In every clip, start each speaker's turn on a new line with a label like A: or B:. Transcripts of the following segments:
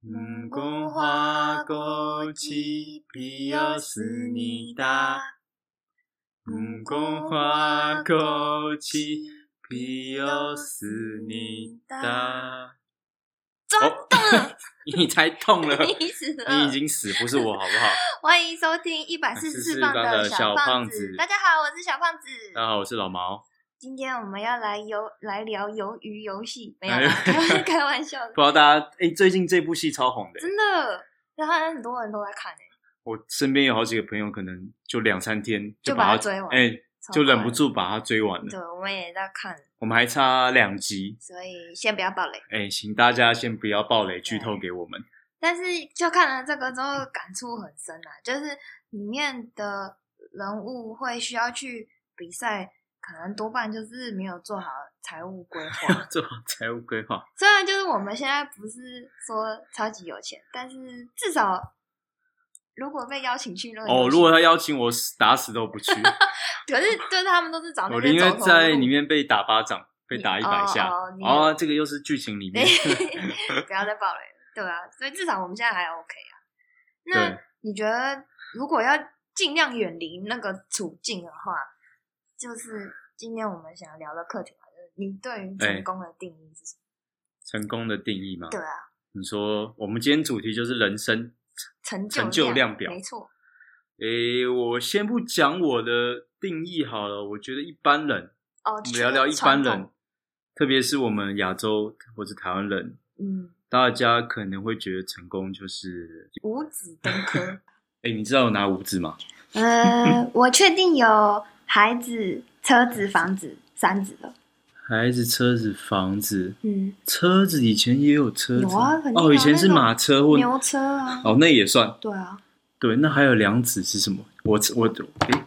A: 木工花国际比奥斯尼达，木工花国际比奥斯尼
B: 嗯
A: 达。
B: 真的，
A: 你才痛了，
B: 你死 了！
A: 你已经啊死，不是我，好不好？
B: 欢迎收听一百四十四磅
A: 的
B: 小
A: 胖
B: 子
A: 子。啊
B: 大家好，我是小胖子。
A: 大家好，我是老毛。
B: 今天我们要来游来聊鱿鱼游戏，没有啦，
A: 哎
B: 开 开玩笑的
A: 不，知道大家，哎、最近这部戏超红的、
B: 真的。然后很多人都在看诶、欸
A: 我身边有好几个朋友，可能就两三天
B: 就把
A: 把
B: 它追完
A: 哎、
B: 超
A: 就忍不
B: 快
A: 住把它追完了。
B: 对，我们也在看，
A: 我们还差两集，
B: 所以先不要暴雷。
A: 哎、请大家先不要暴雷剧透给我们。。
B: 但是就看了这个之后，感触很深啊，就是里面的人物会需要去比赛，可能多半就是没有做好财务规划
A: 做好财务规划，
B: 虽然就是我们现在不是说超级有钱，但是至少如果被邀请去那个游
A: 哦，
B: 戏
A: 如果他邀请我，死打死都 不去。
B: 可是就是他们都是找
A: 我
B: 那
A: 宁
B: 边
A: 愿
B: 走
A: 在里面被打巴掌，被打一百下。
B: 哦哦你
A: 哦，这个又是剧情里面。
B: 对， 不要再暴雷了，对啊，所以至少我们现在还 OK 啊。那
A: 对
B: 你觉得，如果要尽量远离那个处境的话，就是今天我们想要聊的课题嘛，就是你对于
A: 哎
B: 成功的定义是什么？
A: 成功的定义吗？
B: 对啊，
A: 你说我们今天主题就是人生。
B: 成
A: 成就量
B: 量
A: 表
B: 没错，
A: 诶，我先不讲我的定义好了，我觉得一般人，
B: 哦
A: 我，们聊聊一般
B: 传
A: 人
B: 统，，
A: 特别是我们亚洲或是台湾人，
B: 嗯，
A: 大家可能会觉得成功就是，
B: 五子登科。
A: 诶，你知道有哪五子吗？
B: 呃，我确定有孩子、车子、房子三子了。
A: 孩子、车子、房子，
B: 嗯，
A: 车子以前也有车子，
B: 有啊肯定有
A: 哦，以前是马车或
B: 牛车啊，
A: 哦，那也算
B: 对啊，
A: 对。那还有两子是什么？我我诶，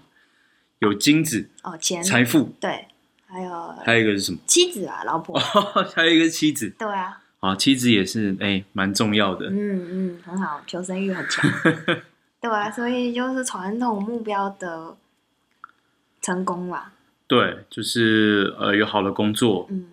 A: 有金子、
B: 哦，钱，
A: 财富，
B: 对，还有
A: 还有一个是什么？
B: 妻子啊，老婆，
A: 还有一个是妻子
B: 对啊，
A: 啊，妻子也是诶，蛮重要的。
B: 嗯嗯，很好，求生欲很强， 对啊，所以就是传统目标的成功吧，
A: 对，就是呃有好的工作，
B: 嗯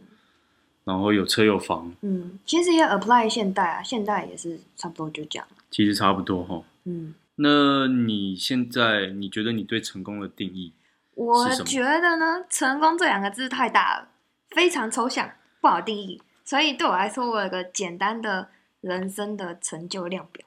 A: 然后有车有房，
B: 嗯，其实也 apply 现代啊，现代也是差不多就这样，
A: 其实差不多哈。
B: 嗯，
A: 那你现在你觉得你对成功的定义？
B: 我
A: 是什么
B: 觉得呢，成功这两个字太大了，非常抽象，不好定义，所以对我来说，我有个简单的人生的成就量表。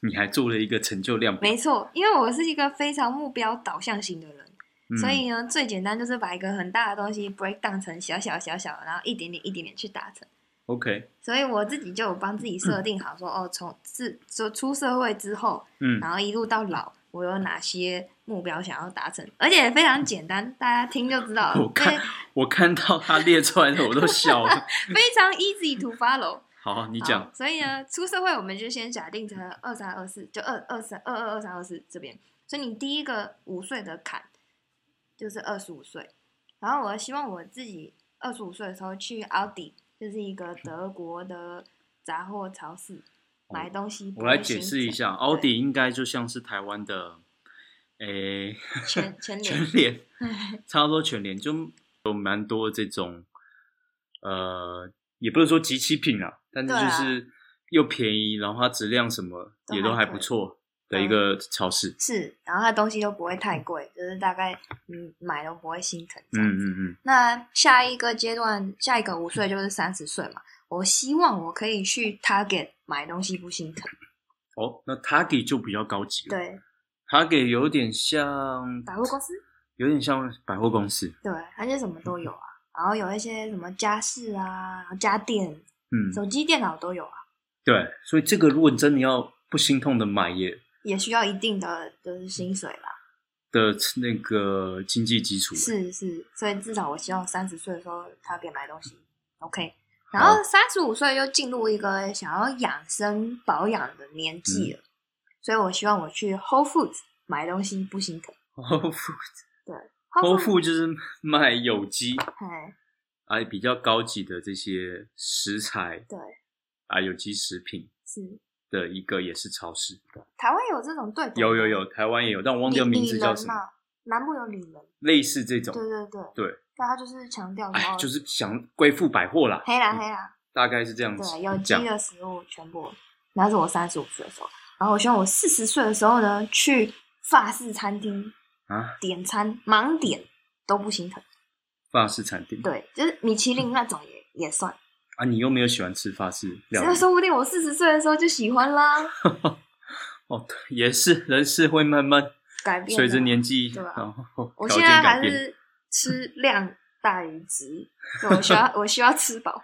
A: 你还做了一个成就量表，
B: 没错，因为我是一个非常目标导向型的人，
A: 嗯
B: 所以呢，最简单就是把一个很大的东西 break down 成小小小小，然后一点点一点点去达成。
A: OK，
B: 所以我自己就有帮自己设定好说，哦，从自就出社会之后，
A: 嗯，
B: 然后一路到老，我有哪些目标想要达成，而且非常简单，大家听就知道了
A: 我，看我看到他列出来的我都笑 了。
B: 非非常 easy to follow。
A: 好，你
B: 你
A: 讲，
B: 所以呢，出社会我们就先假定成二三二四，就二二三二二二三二四这边。所以你第一个五岁的坎就是二十五岁，然后我希望我自己二十五岁的时候去奥迪，就是一个德国的杂货超市买东西。
A: 我来解释一下，奥迪应该就像是台湾的，诶、
B: 对全全
A: 全
B: 年，
A: 联，差不多全联就有蛮多这种，呃，也不是说集齐品啊，但是
B: 对
A: 就
B: 啊
A: 是又便宜，然后它质量什么
B: 都
A: 也都
B: 还
A: 还
B: 可
A: 不
B: 以
A: 错的一个超市。嗯
B: 是，然后它东西又不会太贵，就是大概你买都不会心疼这
A: 嗯
B: 样子。
A: 嗯嗯，
B: 那下一个阶段，下一个五岁就是三十岁嘛。我希望我可以去 Target 买东西不心疼，
A: 哦，那 Target 就比较高级了。
B: 对，
A: Target 有点像，
B: 百货公司，
A: 有点像百货公司。
B: 对，而且什么都有啊。然后有一些什么家饰啊、家电、
A: 嗯，
B: 手机、电脑都有啊，
A: 对，所以这个如果你真的要不心痛的买也
B: 也需要一定的就是薪水啦。
A: 的那个经济基础了，
B: 是是，所以至少我希望三十岁的时候 Target 买东西，OK。然后三十五岁又进入一个想要养生保养的年纪了，所以我希望我去 Whole Foods 买东西不心疼。
A: 剖腹剖
B: Whole Foods
A: 腹就是卖有机
B: 哎，
A: 啊，比较高级的这些食材，
B: 对，
A: 啊，有机食品
B: 是
A: 的一个也是超市，
B: 台湾有这种对
A: 有有有，台湾也有，但我忘
B: 李
A: 掉名
B: 李
A: 字
B: 仁
A: 叫什么，
B: 嘛，南部有李仁，
A: 类似这
B: 对
A: 种，
B: 对对，
A: 对，
B: 但他就是强调说
A: 哎，
B: 哦
A: 就是想贵妇百货啦，
B: 黑啦黑啦，
A: 大概是嗯这样子
B: 对，有机
A: 讲。
B: 的食物全部。然后是我三十五岁的时候，然后我希望我四十岁的时候呢，去法式餐厅
A: 啊
B: 点餐，盲点都不心疼。
A: 法式餐厅，
B: 对，就是米其林那种也也算，
A: 啊，你又没有喜欢吃法式料
B: 那
A: 理，
B: 啊说不定我四十岁的时候就喜欢啦，
A: 哦，对，也是，人是会慢慢
B: 改变。
A: 随着，年纪，
B: 对啊
A: 然后
B: 我
A: 条
B: 现
A: 件
B: 在
A: 改
B: 还
A: 变。
B: 是吃量大于质，对我需要 我需要吃饱。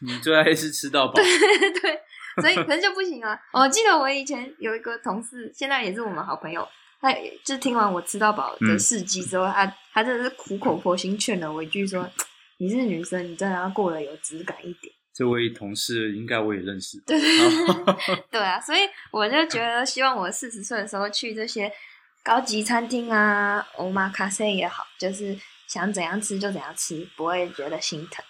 A: 你最爱是吃到饱，
B: 对，所以可能就不行啊。我记得我以前有一个同事，现在也是我们好朋友，他也就听完我吃到饱
A: 嗯
B: 的事迹之后，他他真的是苦口婆心劝了我一句说：“你是女生，你真的要过得有质感一点。
A: 这位同事应该我也认识”。
B: 对对对
A: 然后
B: 对啊，所以我就觉得，希望我四十岁的时候去这些高级餐厅啊，欧玛咖啡也好，就是想怎样吃就怎样吃，不会觉得心疼。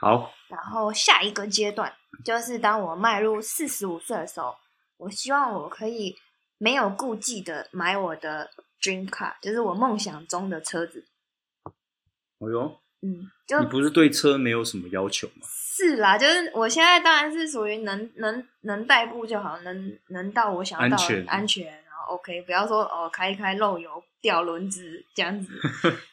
A: 好，
B: 然后下一个阶段就是当我迈入四十五岁的时候，我希望我可以没有顾忌的买我的 dream car，就是我梦想中的车子。
A: 哎呦，
B: 嗯，就
A: 你不是对车没有什么要求吗？
B: 是啦，就是我现在当然是属于能能能代步就好，能能到我想要
A: 安
B: 到
A: 全
B: 安全，然后 OK，不要说哦开一开漏油掉轮子这 样子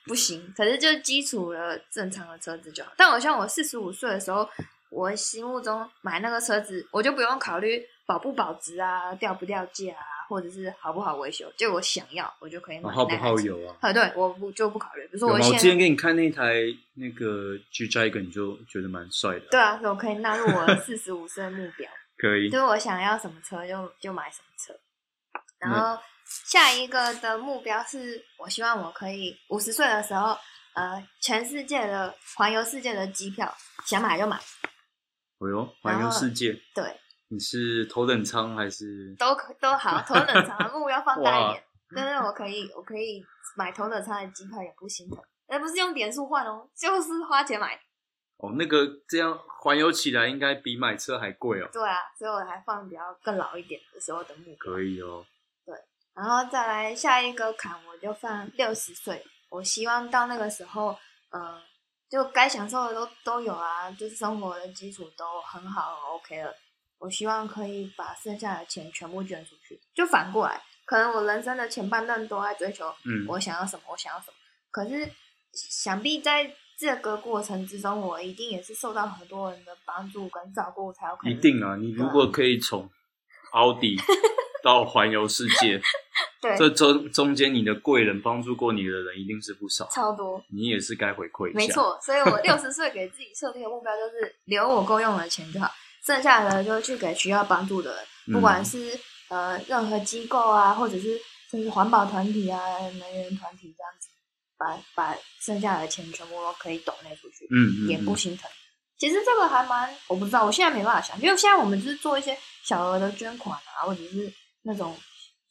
B: 不行。可是就是基础的正常的车子就好。但我像我四十五岁的时候，我心目中买那个车子，我就不用考虑保不保值啊、掉不掉价啊，或者是好不好维修，就我想要我就可以买
A: 啊
B: 那
A: 耗不
B: 台
A: 耗
B: 车？
A: 油啊？
B: 呃，对，我不就不考虑。比如说
A: 有吗？
B: 我
A: 我
B: 现
A: 之
B: 在
A: 前给你看那台那个 G Dragon，你就觉得蛮帅的啊、
B: 对啊，所以我可以纳入我四十五岁的目标。
A: 可以
B: 就是我想要什么车就就买什么车。然后下一个的目标是我希望我可以五十岁的时候，呃，全世界的环游世界的机票想买就买，
A: 哎呦，环游世界，
B: 对，
A: 你是头等舱还是？
B: 都可都好，头等舱的目标放大一点，就是我可以我可以买头等舱的机票也不心疼，而不是用点数换哦，就是花钱买。
A: 哦，那个这样环游起来应该比买车还贵哦。
B: 对啊，所以我还放比较更老一点的时候的目标。
A: 可以哦，
B: 然后再来下一个坎，我就放六十岁。我希望到那个时候，呃，就该享受的都都有啊，就是生活的基础都很好很，OK 了。我希望可以把剩下的钱全部捐出去。就反过来，可能我人生的前半段都在追求
A: 嗯，
B: 我想要什么，我想要什么。可是想必在这个过程之中，我一定也是受到很多人的帮助跟照顾，才有可
A: 一
B: 能
A: 定啊！你如果可以从奥迪到环游世界，
B: 对
A: 这中中间你的贵人帮助过你的人一定是不少，
B: 超多。
A: 你也是该回馈一下。
B: 没，错，所以我六十岁给自己设定的目标就是留我够用的钱就好，剩下的就去给需要帮助的
A: 嗯
B: 人，不管是、呃任何机构啊，或者是甚至环保团体啊、能源团体这样子，把把剩下的钱全部都可以抖内出去，
A: 嗯嗯，
B: 也不
A: 嗯
B: 心疼。其实这个还蛮，我不知道，我现在没办法想，因为现在我们就是做一些小额的捐款啊，或者是那种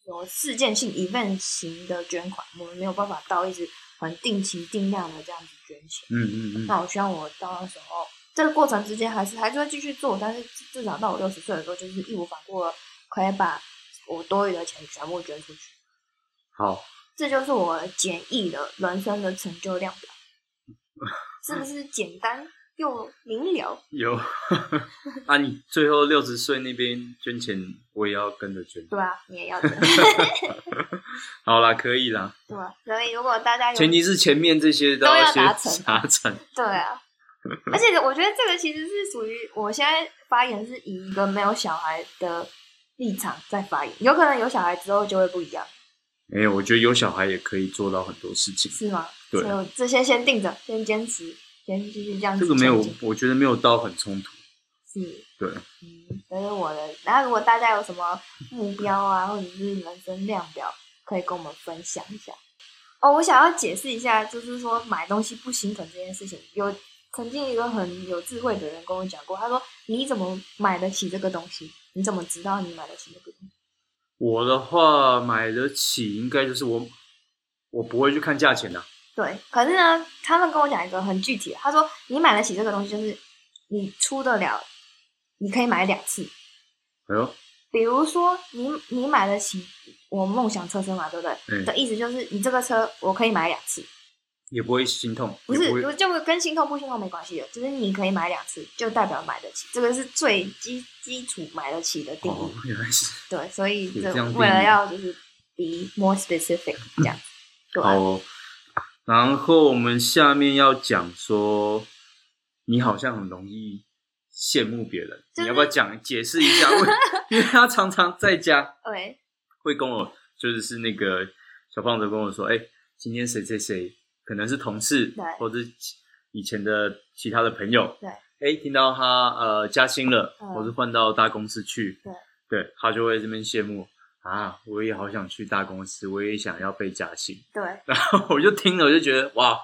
B: 有事件性 event 型的捐款，我们没有办法到一直很定期定量的这样子捐钱。
A: 嗯嗯嗯，
B: 那我希望我到那时候，这个过程之间还是还是会继续做，但是至至少到我六十岁的时候，就是义无反顾的可以把我多余的钱全部捐出去。
A: 好，
B: 这就是我简易的人生的成就量表，是不是简单又明了？
A: 有 啊，你最后六十岁那边捐钱，我也要跟着捐。
B: 对啊，你也要的，
A: 好啦，可以啦，
B: 对啊。所以如果大家有
A: 前提是前面这些都
B: 都要
A: 先
B: 达成
A: 达成。
B: 对啊，而且我觉得这个其实是属于我现在发言是以一个没有小孩的立场在发言，有可能有小孩之后就会不一样。
A: 没哎有，我觉得有小孩也可以做到很多事情。
B: 是吗？
A: 对啊
B: 所以我这些先定着，先坚持，先继续这样
A: 这
B: 子前进。
A: 个没有，我觉得没有到很冲突。
B: 是，
A: 对，
B: 嗯，这是我的。然后如果大家有什么目标啊，或者是人生量表，可以跟我们分享一下。哦，我想要解释一下，就是说买东西不心疼这件事情。有曾经一个很有智慧的人跟我讲过，他说：“你怎么买得起这个东西？你怎么知道你买得起这个东西
A: 我的话买得起，应该就是我，我不会去看价钱的、？”
B: 对。可是呢，他们跟我讲一个很具体的，他说：“你买得起这个东西，就是你出得了，你可以买两次。”
A: 哎呦，
B: 比如说你你买得起我梦想车身嘛，对不对？
A: 嗯
B: 的意思就是你这个车我可以买两次，
A: 也不会心痛，
B: 不
A: 也
B: 是，
A: 不
B: 就
A: 会
B: 就跟心痛不心痛没关系的，就是你可以买两次，就代表买得起，这个是最基基础买得起的定义。
A: 哦，原来是
B: 对，所以
A: 有
B: 这
A: 这样定
B: 为了
A: 义
B: 要就是 be more specific 这样子。对啊
A: 好、哦。然后我们下面要讲说，你好像很容易羡慕别人，
B: 就是
A: 你要不要讲解释一下？为因为他常常在家
B: 对，
A: 会跟我，就是是那个小胖子跟我说，哎、今天谁谁谁可能是同事
B: 对，
A: 或者是其以前的其他的朋友，
B: 对
A: 哎、听到他呃加薪了，
B: 嗯
A: 或是换到大公司去，
B: 对，
A: 对他就会这边羡慕啊，我也好想去大公司，我也想要被加薪，
B: 对，
A: 然后我就听了，我就觉得哇，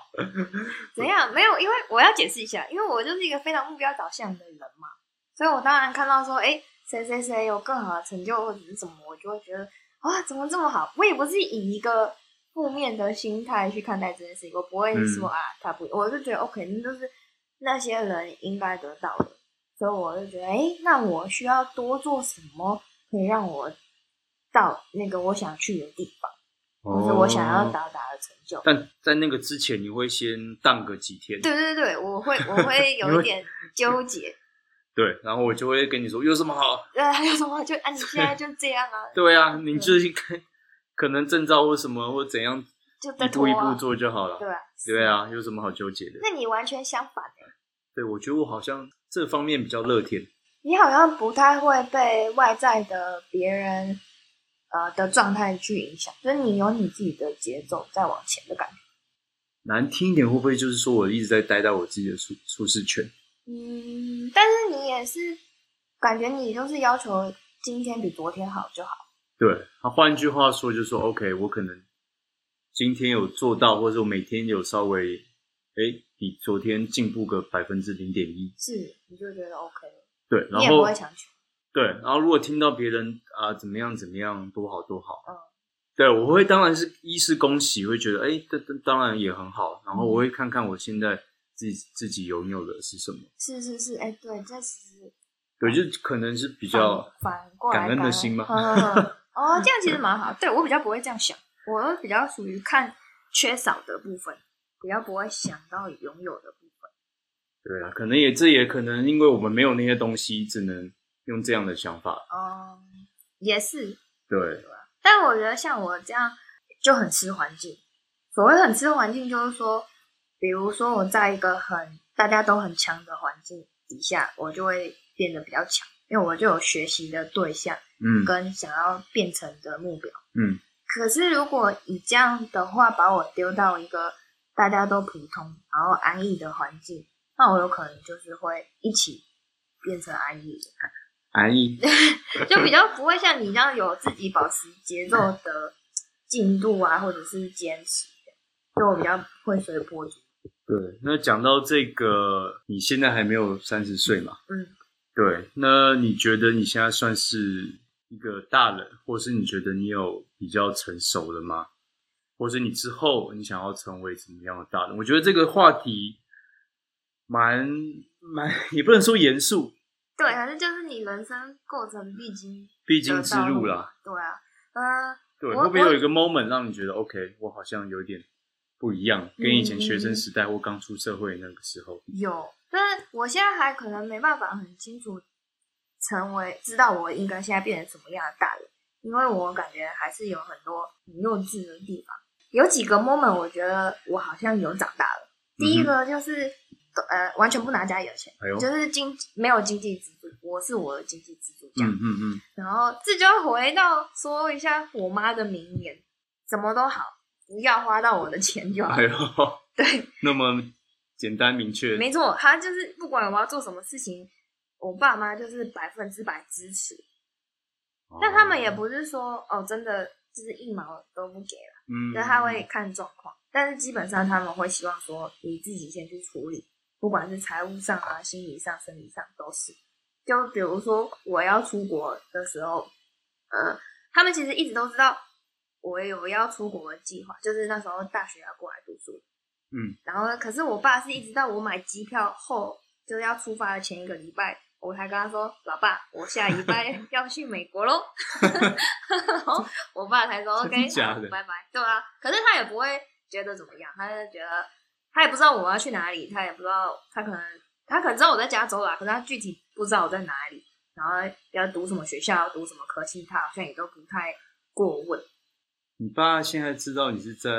B: 怎样？没有，因为我要解释一下，因为我就是一个非常目标导向的人嘛，所以我当然看到说，哎，谁谁谁有更好的成就或者是什么，我就会觉得啊，怎么这么好？我也不是以一个负面的心态去看待这件事情，我不会说、
A: 嗯
B: 啊，他不，我就觉得 OK，那就是那些人应该得到的，所以我就觉得，哎，那我需要多做什么，可以让我到那个我想去的地方，或者我想要
A: 哦
B: 达达的成就。
A: 但在那个之前，你会先荡个几天，
B: 对对对，我会我会
A: 你
B: 有
A: 会
B: 一点纠结。
A: 对，然后我就会跟你说有什么好，
B: 呃，还有什么就啊，你现在就这样 啊，
A: 对啊，你就是应该可能证照或什么或怎样，
B: 就在
A: 一
B: 拖
A: 步一步
B: 啊，
A: 做就好了。
B: 对啊，
A: 对啊，有什么好纠结的？
B: 那你完全相反欸
A: 对，我觉得我好像这方面比较乐天。
B: 你好像不太会被外在的别人呃的状态去影响，就是你有你自己的节奏在往前的感觉。
A: 难听一点，会不会就是说我一直在待在我自己的舒舒适圈？
B: 嗯，但是你也是感觉你就是要求今天比昨天好就好。
A: 对，他换句话说，就是说 OK，我可能今天有做到，或者我每天有稍微，哎，比昨天进步个百分之零点一。
B: 是，你就觉得 OK，
A: 对，
B: 你
A: 然
B: 也不
A: 后
B: 会强求。
A: 对，然后如果听到别人啊、怎么样怎么样多好多好，
B: 嗯
A: 对我会当然是一是恭喜，会觉得哎，这这当然也很好，
B: 嗯
A: 然后我会看看我现在自己自己拥有的是什么，
B: 是是是，哎、对，这其实
A: 对，就可能是比较
B: 反反过来
A: 感恩的心吗
B: 感恩呵呵呵 哦，这样 其实蛮好。对我比较不会这样想，我比较属于看缺少的部分，比较不会想到拥有的部分。
A: 对啊，可能也这也可能因为我们没有那些东西，只能用这样的想法，
B: 嗯，也是。
A: 对，
B: 但我觉得像我这样就很吃环境。所谓很吃环境，就是说，比如说我在一个很大家都很强的环境底下，我就会变得比较强，因为我就有学习的对象。
A: 嗯
B: 跟想要变成的目标。
A: 嗯，
B: 可是如果你这样的话，把我丢到一个大家都普通然后安逸的环境，那我有可能就是会一起变成安逸的，
A: 安 逸，
B: 就比较不会像你这样有自己保持节奏的进度啊，或者是坚持。就我比较会随波逐流。
A: 对，那讲到这个，你现在还没有三十岁嘛？
B: 嗯，
A: 对。那你觉得你现在算是一个大人，或是你觉得你有比较成熟了吗？或是你之后你想要成为怎么样的大人？我觉得这个话题蛮蛮， 也不能说严肃，
B: 对，反正就是你人生过程必经
A: 必
B: 必
A: 经之路啦。。
B: 对啊，嗯、
A: 对，
B: 我
A: 会不会有
B: 我
A: 一个 moment 让你觉得 OK，我好像有点不一样，跟以前学
B: 嗯
A: 生时代或刚出社会那个时候？
B: 有，但是我现在还可能没办法很清楚成为知道我应该现在变成什么样的大人，因为我感觉还是有很多很幼稚的地方。有几个 moment 我觉得我好像有长大了。第一个就是、呃，完全不拿家里的钱，
A: 嗯哎呦
B: 就是经没有经济支柱，我是我的经济支柱这
A: 嗯
B: 样。
A: 嗯嗯。
B: 然后这就要回到说一下我妈的名言：什么都好，不要花到我的钱就好
A: 哎。呦，
B: 对，
A: 那么简单明确，
B: 没错，他就是不管我要做什么事情，我爸妈就是百分之百支持。
A: 哦，
B: 但他们也不是说哦，真的就是一毛都不给了，
A: 嗯，
B: 就是他会看状况。但是基本上他们会希望说你自己先去处理，不管是财务上啊、心理上、生理上都是。就比如说我要出国的时候，呃，他们其实一直都知道我有要出国的计划，就是那时候大学要过来读书，
A: 嗯，
B: 然后呢，可是我爸是一直到我买机票后，就是要出发的前一个礼拜，我才跟他说：“老爸，我下 礼拜要去美国喽。”然后我爸才说
A: 真的
B: ：“OK，
A: 假
B: 好
A: 的
B: 拜拜。”对啊，可是他也不会觉得怎么样？他就觉得他也不知道我要去哪里，他也不知道，他可能他可能知道我在加州啦，可是他具体不知道我在哪里，然后要读什么学校，读什么科系，他好像也都不太过问。
A: 你爸现在知道你是在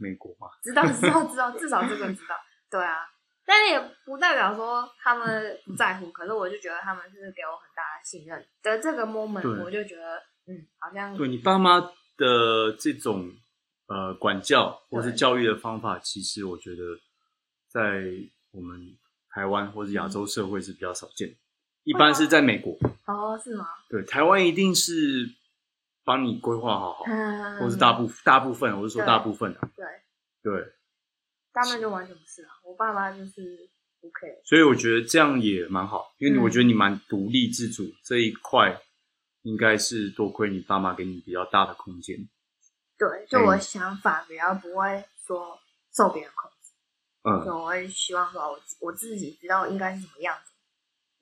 A: 美国吗？
B: 知道知道知道，至少这个知道。对啊，但是也不代表说他们不在乎，可是我就觉得他们是给我很大的信任的这个 moment，
A: 对
B: 我就觉得嗯，好像
A: 对你爸妈的这种呃管教或是
B: 对
A: 教育的方法，其实我觉得在我们台湾或是
B: 嗯
A: 亚洲社会是比较少见的，一般是在美国。
B: 哦是吗？
A: 对，台湾一定是帮你规划好好，
B: 嗯，
A: 或是大部大部分，我是说大部分啊。
B: 对，
A: 对，
B: 他们就完全不是啊，我爸妈就是不 care。
A: 所以我觉得这样也蛮好，因为
B: 嗯
A: 我觉得你蛮独立自主这一块，应该是多亏你爸妈给你比较大的空间。
B: 对，就我
A: 嗯
B: 想法比较不会说受别人控制，
A: 嗯，
B: 就我会希望说我自我自己知道应该是什么样子。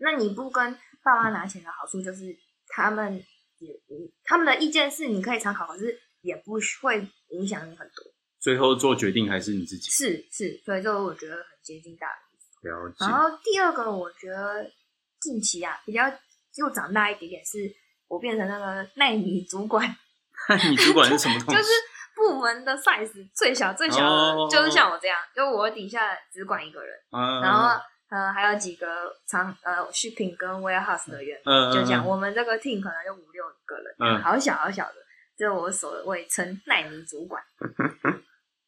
B: 那你不跟爸妈拿钱的好处就是他们也嗯他们的意见是你可以参考，可是也不会影响你很多。
A: 最后做决定还是你自己
B: 是是，所以这个我觉得很接近大人。
A: 了解。
B: 然后第二个，我觉得近期啊比较又长大一点点，是我变成那个奈米主 管。
A: 你主管是什么东西？
B: 就是部门的 size 最小最小的，
A: 哦
B: 就是像我这样，就我底下只管一个人，
A: 嗯
B: 然后呃还有几个厂呃 shipping 跟 warehouse 的员工，
A: 嗯
B: 就这样，
A: 嗯
B: 我们这个 team 可能就五六个人，
A: 嗯
B: 好小好小的，就我所谓称奈米主 管。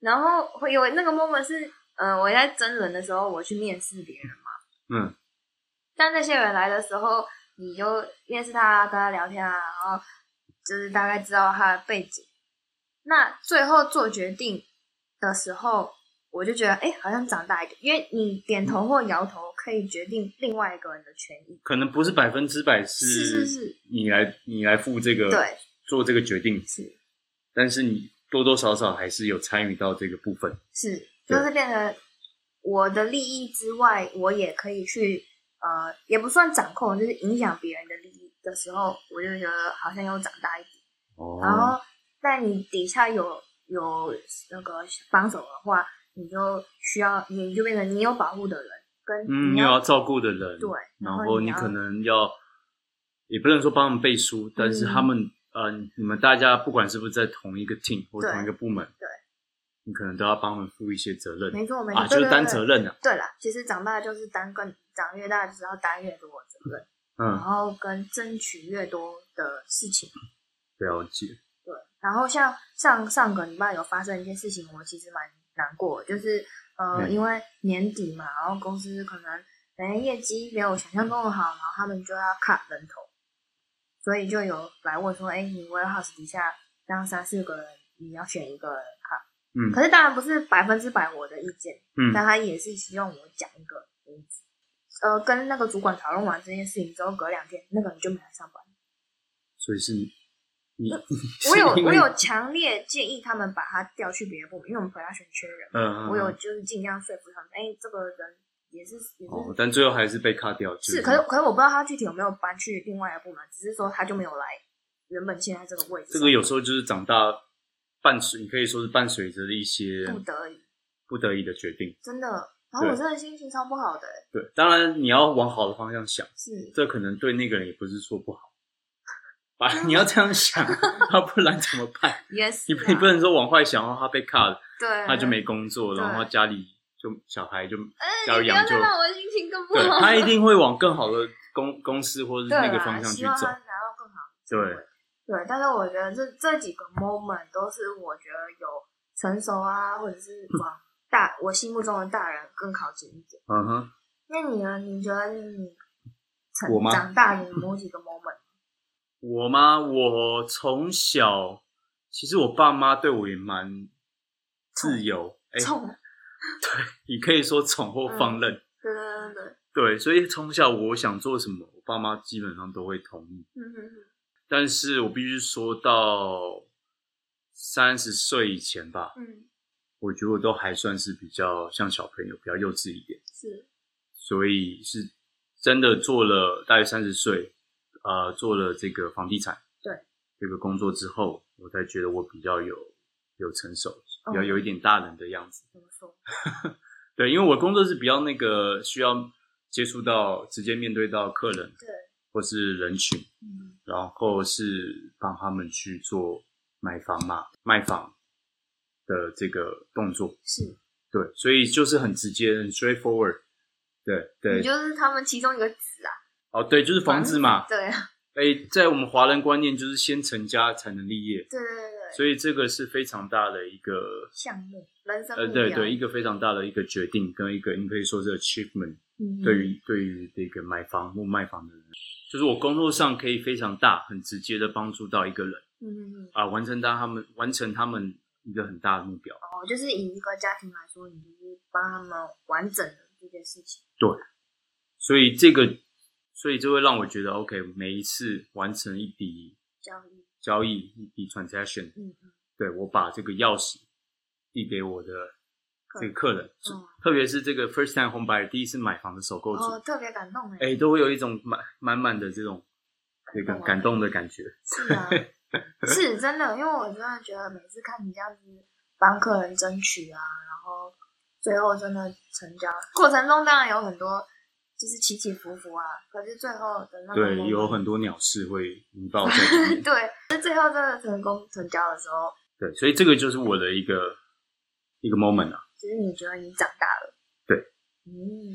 B: 然后会有那个 moment 是，呃，我在真人的时候，我去面试别人嘛，
A: 嗯，
B: 但那些人来的时候，你就面试他、啊，跟他聊天啊，然后就是大概知道他的背景。那最后做决定的时候，我就觉得，哎、好像长大一点，因为你点头或摇头可以决定另外一个人的权益。
A: 可能不是百分之百是
B: 是是是，
A: 你来你来负这个
B: 对
A: 做这个决定，
B: 是
A: 但是你多多少少还是有参与到这个部分。
B: 是，就是变成我的利益之外，我也可以去呃，也不算掌控，就是影响别人的利益的时候，我就觉得好像又长大一点。
A: 哦
B: 然后，但你底下有有那个帮手的话，你就需要，你就变成你有保护的人，跟
A: 嗯，
B: 你
A: 又
B: 要、
A: 要照顾的人，
B: 对，
A: 然
B: 后
A: 后
B: 你
A: 你
B: 要嗯
A: 可能要，也不能说帮他们背书，但是他们，呃，你们大家不管是不是在同一个 team 或
B: 对
A: 同一个部门，
B: 对，
A: 你可能都要帮他们负一些责任
B: 没错没错，
A: 啊，就是担责
B: 任。
A: 任啊，
B: 对啦，其实长大就是担更长越大就是要担越多的责任，然
A: 嗯，
B: 后跟争取越多的事情。
A: 了解，
B: 对，然后像上上个礼拜有发生一件事情，我其实蛮难过的，就是呃，
A: 嗯
B: 因为年底嘛，然后公司可能哎业绩没有想象中的好，然后他们就要 cut 人头，所以就有来问说，哎，你 warehouse 底下让三四个人，你要选一个人 cut，
A: 嗯
B: 可是当然不是百分之百我的意见，
A: 嗯，
B: 但他也是希望我讲一个名字。呃，跟那个主管讨论完这件事情之后，隔两天那个人就没来上班。
A: 所以是你， 你
B: 我 有
A: 是因
B: 我
A: 为
B: 有强烈建议他们把他调去别的部门，因为我们 production 缺人，
A: 嗯嗯，嗯
B: 我有就是尽量说服他们，哎、这个人也是也是、，
A: 哦，但最后还是被卡掉，就是
B: 可是可是我不知道他具体有没有搬去另外一个部门，只是说他就没有来原本现在这个位置
A: 这
B: 上，
A: 个有时候就是长大伴随，你可以说是伴随着一些
B: 不得已，
A: 不得已的决定。
B: 真的，然后
A: 对
B: 我真的心情超不好的、哎
A: 对，当然你要往好的方向想，
B: 是
A: 这可能对那个人也不是说不好。啊，你要这样 想，要不然怎么办？
B: 也是
A: 你
B: 啊、
A: 不你不能说往坏想，然后他被卡了，
B: 对，
A: 他就没工作，然后
B: 对
A: 家里就小孩就
B: 哎，
A: 要
B: 你不
A: 养
B: 要
A: 就
B: 再让我心情更不
A: 对，
B: 好，
A: 他一定会往更好的公公司或者是
B: 对
A: 那
B: 啦，
A: 个方向去
B: 希望
A: 走
B: 他。拿到更好的机
A: 对
B: 会。对，但是我觉得这这几个 moment 都是我觉得有成熟啊，或者是往大我心目中的大人更靠近一点。
A: 嗯哼，
B: 那你呢？你觉得你成
A: 我吗
B: 长大有某几个 moment？
A: 我吗？我从小其实我爸妈对我也蛮自由，哎、
B: 冲、
A: 你可以说宠或放任，
B: 对对对对，
A: 对，所以从小我想做什么，我爸妈基本上都会同意。
B: 嗯嗯嗯，
A: 但是我必须说到三十岁以前吧，
B: 嗯，
A: 我觉得我都还算是比较像小朋友，比较幼稚一点，
B: 是，
A: 所以是真的做了大约三十岁，呃，做了这个房地产
B: 对
A: 这个工作之后，我才觉得我比较有有成熟，
B: 哦
A: 比较有一点大人的样子。
B: 怎么说？
A: 对，因为我的工作是比较那个需要接触到直接面对到客人，
B: 对，
A: 或是人群，
B: 嗯，
A: 然后是帮他们去做买房嘛，卖房的这个动作。
B: 是，
A: 对，所以就是很直接，很 straightforward。对
B: 你
A: 对，
B: 就是他们其中一个子啊，
A: 哦对，就是房子嘛。
B: 对啊，
A: 哎，在我们华人观念就是先成家才能立业，
B: 对对对对，
A: 所以这个是非常大的一个
B: 项目，人生
A: 呃，
B: 目
A: 对
B: 标，
A: 对，一个非常大的一个决定跟一个你可以说是 achievement，、
B: 嗯
A: 对于对于这个买房或卖房的人，就是我工作上可以非常大、很直接的帮助到一个人
B: 嗯嗯嗯，
A: 啊，完成到他们完成他们一个很大的目标。
B: 哦，就是以一个家庭来说，你就是帮他们完整的这件事情，
A: 所以这个，所以就会让我觉得 OK，每一次完成一笔
B: 教育，
A: 交易、一笔 transaction，
B: 嗯嗯，
A: 对我把这个钥匙递给我的这个客人，
B: 客人嗯
A: 特别是这个 first time home buyer 第一次买房的首购族，
B: 哦，特别感动
A: 哎、
B: 哎，
A: 都会有一种满满满的这种这个
B: 感动啊
A: 感动的感觉。
B: 是啊，是真的，因为我真的觉得每次看你这样子帮客人争取啊，然后最后真的成交，过程中当然有很多就是起起伏伏啊，可是最后的那个
A: 对，
B: moment
A: 有很多鸟事会引爆在里面。
B: 对，那最后真的成功成交的时候，
A: 对，所以这个就是我的一个一个 moment 啊，
B: 其实你觉得你长大了，
A: 对，
B: 嗯，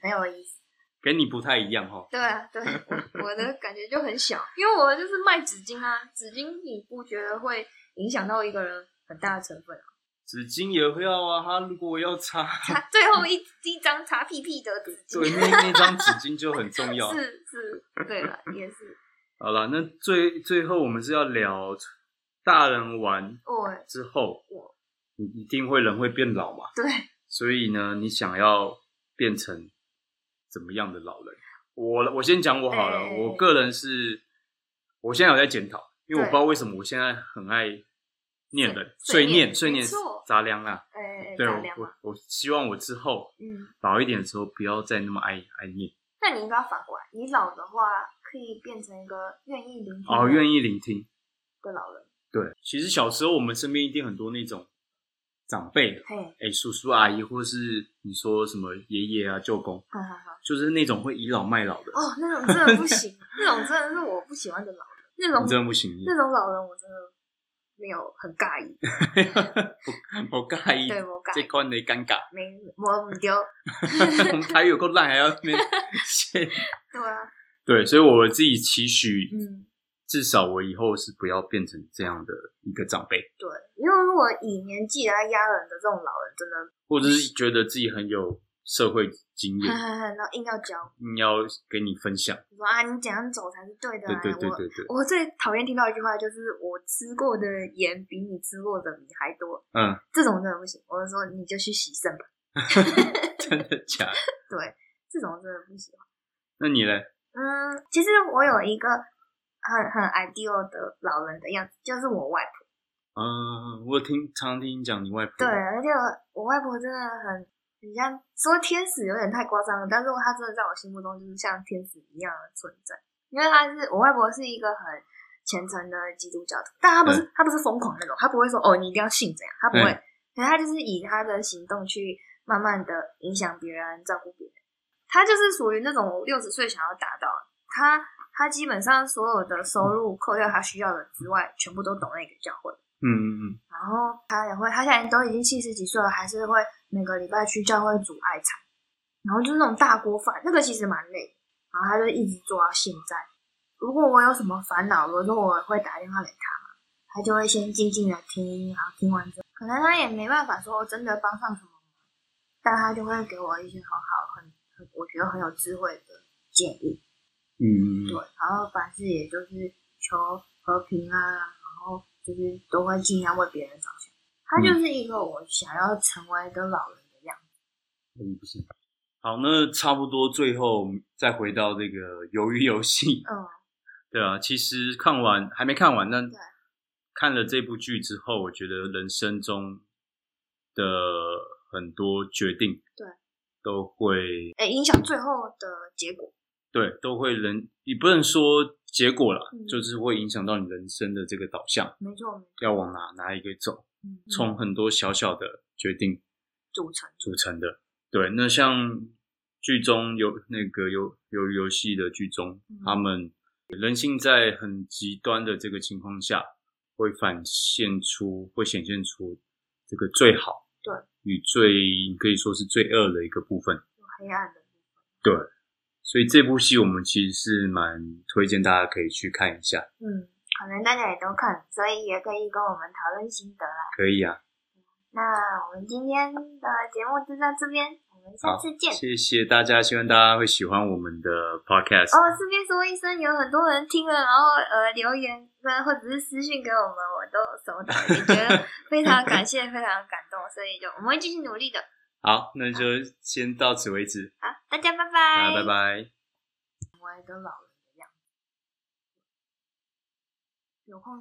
B: 很有意思。
A: 跟你不太一样哈。
B: 对啊，对，我我的感觉就很小，因为我就是卖纸巾啊，纸巾你不觉得会影响到一个人很大的成 分啊？
A: 纸巾也会要啊，他如果要擦，
B: 擦最后一一张擦屁屁的纸
A: 对，
B: 巾，
A: 那那张纸巾就很重要。
B: 是是，对了，也是，
A: 好了，那最最后我们是要聊大人玩
B: 我
A: 之后
B: 我，
A: 你一定会人会变老嘛，
B: 对哎
A: 所以呢，你想要变成怎么样的老人？我我先讲我好了，
B: 哎哎哎
A: 我个人是，我现在有在检讨，因为我
B: 对
A: 不知道为什么我现在很爱念人，
B: 碎
A: 碎
B: 念
A: 念碎
B: 没
A: 念
B: 错
A: 杂粮啊，
B: 哎，哎
A: 对啊
B: 丈
A: 我
B: 量嘛，
A: 我我希望我之后
B: 嗯，
A: 老一点的时候不要再那么爱爱念，
B: 那你应该反过来，你老的话可以变成一个愿意聆听
A: 哦，愿
B: 意
A: 意聆听。
B: 的老人，
A: 对，其实小时候我们身边一定很多那种长辈，
B: 嘿，
A: 哎，叔叔阿姨，或是你说什么爷爷啊、舅公，
B: 哈哈哈。
A: 就是那种会倚老卖老的，
B: 哦，那种真的不行，那种真的是我不喜欢的老人，那
A: 你
B: 种
A: 真的不行，
B: 哦那种老人我真的没有很尬意，
A: 我尬意，
B: 对我尬
A: 这
B: 意，
A: 关的尴尬，
B: 没我唔丢，
A: 我们台语有够烂，还要那边
B: 对啊，
A: 对，所以我自己期许，
B: 嗯，
A: 至少我以后是不要变成这样的一个长辈，
B: 对，因为如果以年纪来压人的这种老人，真的，
A: 或者是觉得自己很有社会经验
B: 哈，哈 哈，然后硬要教，
A: 硬要给你分享，
B: 你说啊，你怎样走才是对的
A: 对
B: 啊，
A: 对对对对，
B: 我我最讨厌听到一句话，就是我吃过的盐比你吃过的米还多，
A: 嗯，
B: 这种真的不行。我就说你就去洗肾吧，
A: 真的假的？
B: 对，这种真的不行。
A: 那你嘞？
B: 嗯，其实我有一个很很 ideal 的老人的样子，就是我外婆。
A: 嗯，我听常听你讲你外婆，
B: 对，而且我外婆真的很，很像说天使有点太夸张了，但是她真的在我心目中就是像天使一样的存在，因为她是我外婆是一个很虔诚的基督教徒，但她不是、她不是疯狂那种，她不会说哦你一定要信怎样，她不会，可是她就是以她的行动去慢慢的影响别人，照顾别人，她就是属于那种六十岁想要达到的，她她基本上所有的收入扣掉她需要的之外，全部都懂那个教会。
A: 嗯嗯
B: 然后他也会，他现在都已经七十几岁了，还是会每个礼拜去教会煮艾草，然后就是那种大锅饭，那个其实蛮累的，然后他就一直做到现在。如果我有什么烦恼，我说我会打电话给他嘛，他就会先静静的听，然后听完之后，可能他也没办法说真的帮上什么忙，但他就会给我一些很好、很很我觉得很有智慧的建议。
A: 嗯嗯，嗯
B: 对，然后凡事也就是求和平啊，然后就是都会尽量为别人着想。他就是一个我想要成为的老人的样子。
A: 嗯，不行。好，那差不多最后再回到这个鱿鱼游戏，
B: 嗯，
A: 对啊，其实看完还没看完，但
B: 对
A: 看了这部剧之后，我觉得人生中的很多决定，
B: 对，
A: 都会
B: 诶，呃影响最后的结果。
A: 对都会人，你不能说结果啦，
B: 嗯
A: 就是会影响到你人生的这个导向，
B: 没错，没错。
A: 要往哪哪一个走。
B: 嗯
A: 从很多小小的决定
B: 组成，
A: 组成的。对，那像剧中有那个游游游戏的剧中，
B: 嗯
A: 他们人性在很极端的这个情况下，会反现出，会显现出这个最好，
B: 对，
A: 与最可以说是最恶的一个部分。
B: 有黑暗的，
A: 所以这部戏我们其实是蛮推荐大家可以去看一下，
B: 嗯，可能大家也都看，所以也可以跟我们讨论心得啦。
A: 可以啊。
B: 那我们今天的节目就到这边，我们下
A: 好
B: 次见。
A: 谢谢大家，希望大家会喜欢我们的 podcast。
B: 哦，顺便说一声，有很多人听了，然后呃留言，那或者是私信给我们，我都有收到，也觉得非常感谢，非常感动，所以就我们会继续努力的。
A: 好，那就先到此为止，
B: 好，大家拜
A: 大
B: 拜，
A: 家拜。拜。
B: 我也跟老人一样，有空